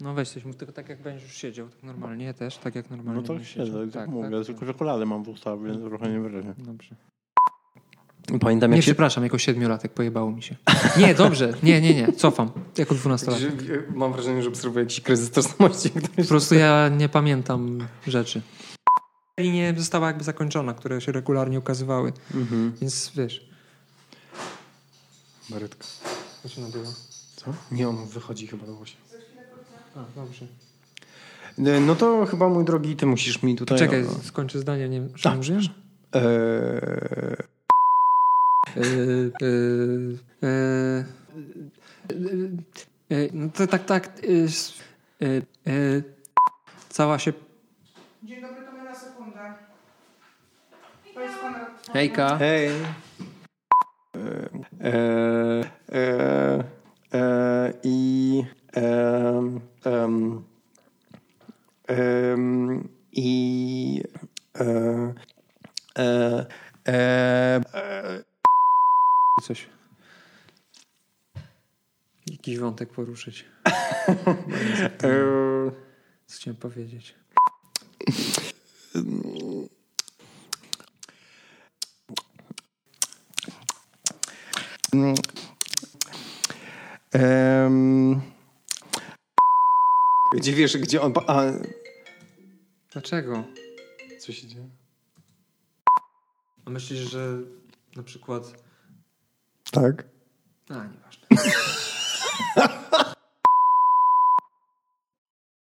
No weź coś, mów, tylko tak jak będziesz już siedział, tak normalnie, ja też, tak jak normalnie No to będę siedzę, tak, Tak, mówię, tak, tylko że kolary mam w ustach, więc trochę nie wyraźnie. Dobrze. Pamiętam Nie, jak się... przepraszam, jako siedmiolatek pojebało mi się. Nie, dobrze, nie, nie, nie, cofam. Jako dwunastolatek. Mam wrażenie, że obserwuję jakiś kryzys tożsamości. Po prostu ja nie pamiętam rzeczy. Linie została jakby zakończona, które się regularnie ukazywały, Mhm. więc wiesz. Barytka. Co się nabyło? Co? Nie, on wychodzi chyba do właśnie. A, dobrze. E, No to chyba, mój drogi, ty musisz mi tutaj... Czekaj, no, skończę zdanie, nie wiem, czy Tak. A, użyjesz? e, Yy, yy, yy, yy, No to tak, tak. yy, s- yy, yy, Cała się. Dzień dobry, to moja sekunda. To jest Konrad. Hejka. Hej. E, e, e, e, I em, em, em, i e, e, e, e, Coś. Jakiś wątek poruszyć. e, Co chciałem powiedzieć? Mm. Em. Gdzie wiesz, gdzie on. pa- A, Dlaczego? co się dzieje? A myślisz, że na przykład. Tak. A, nieważne.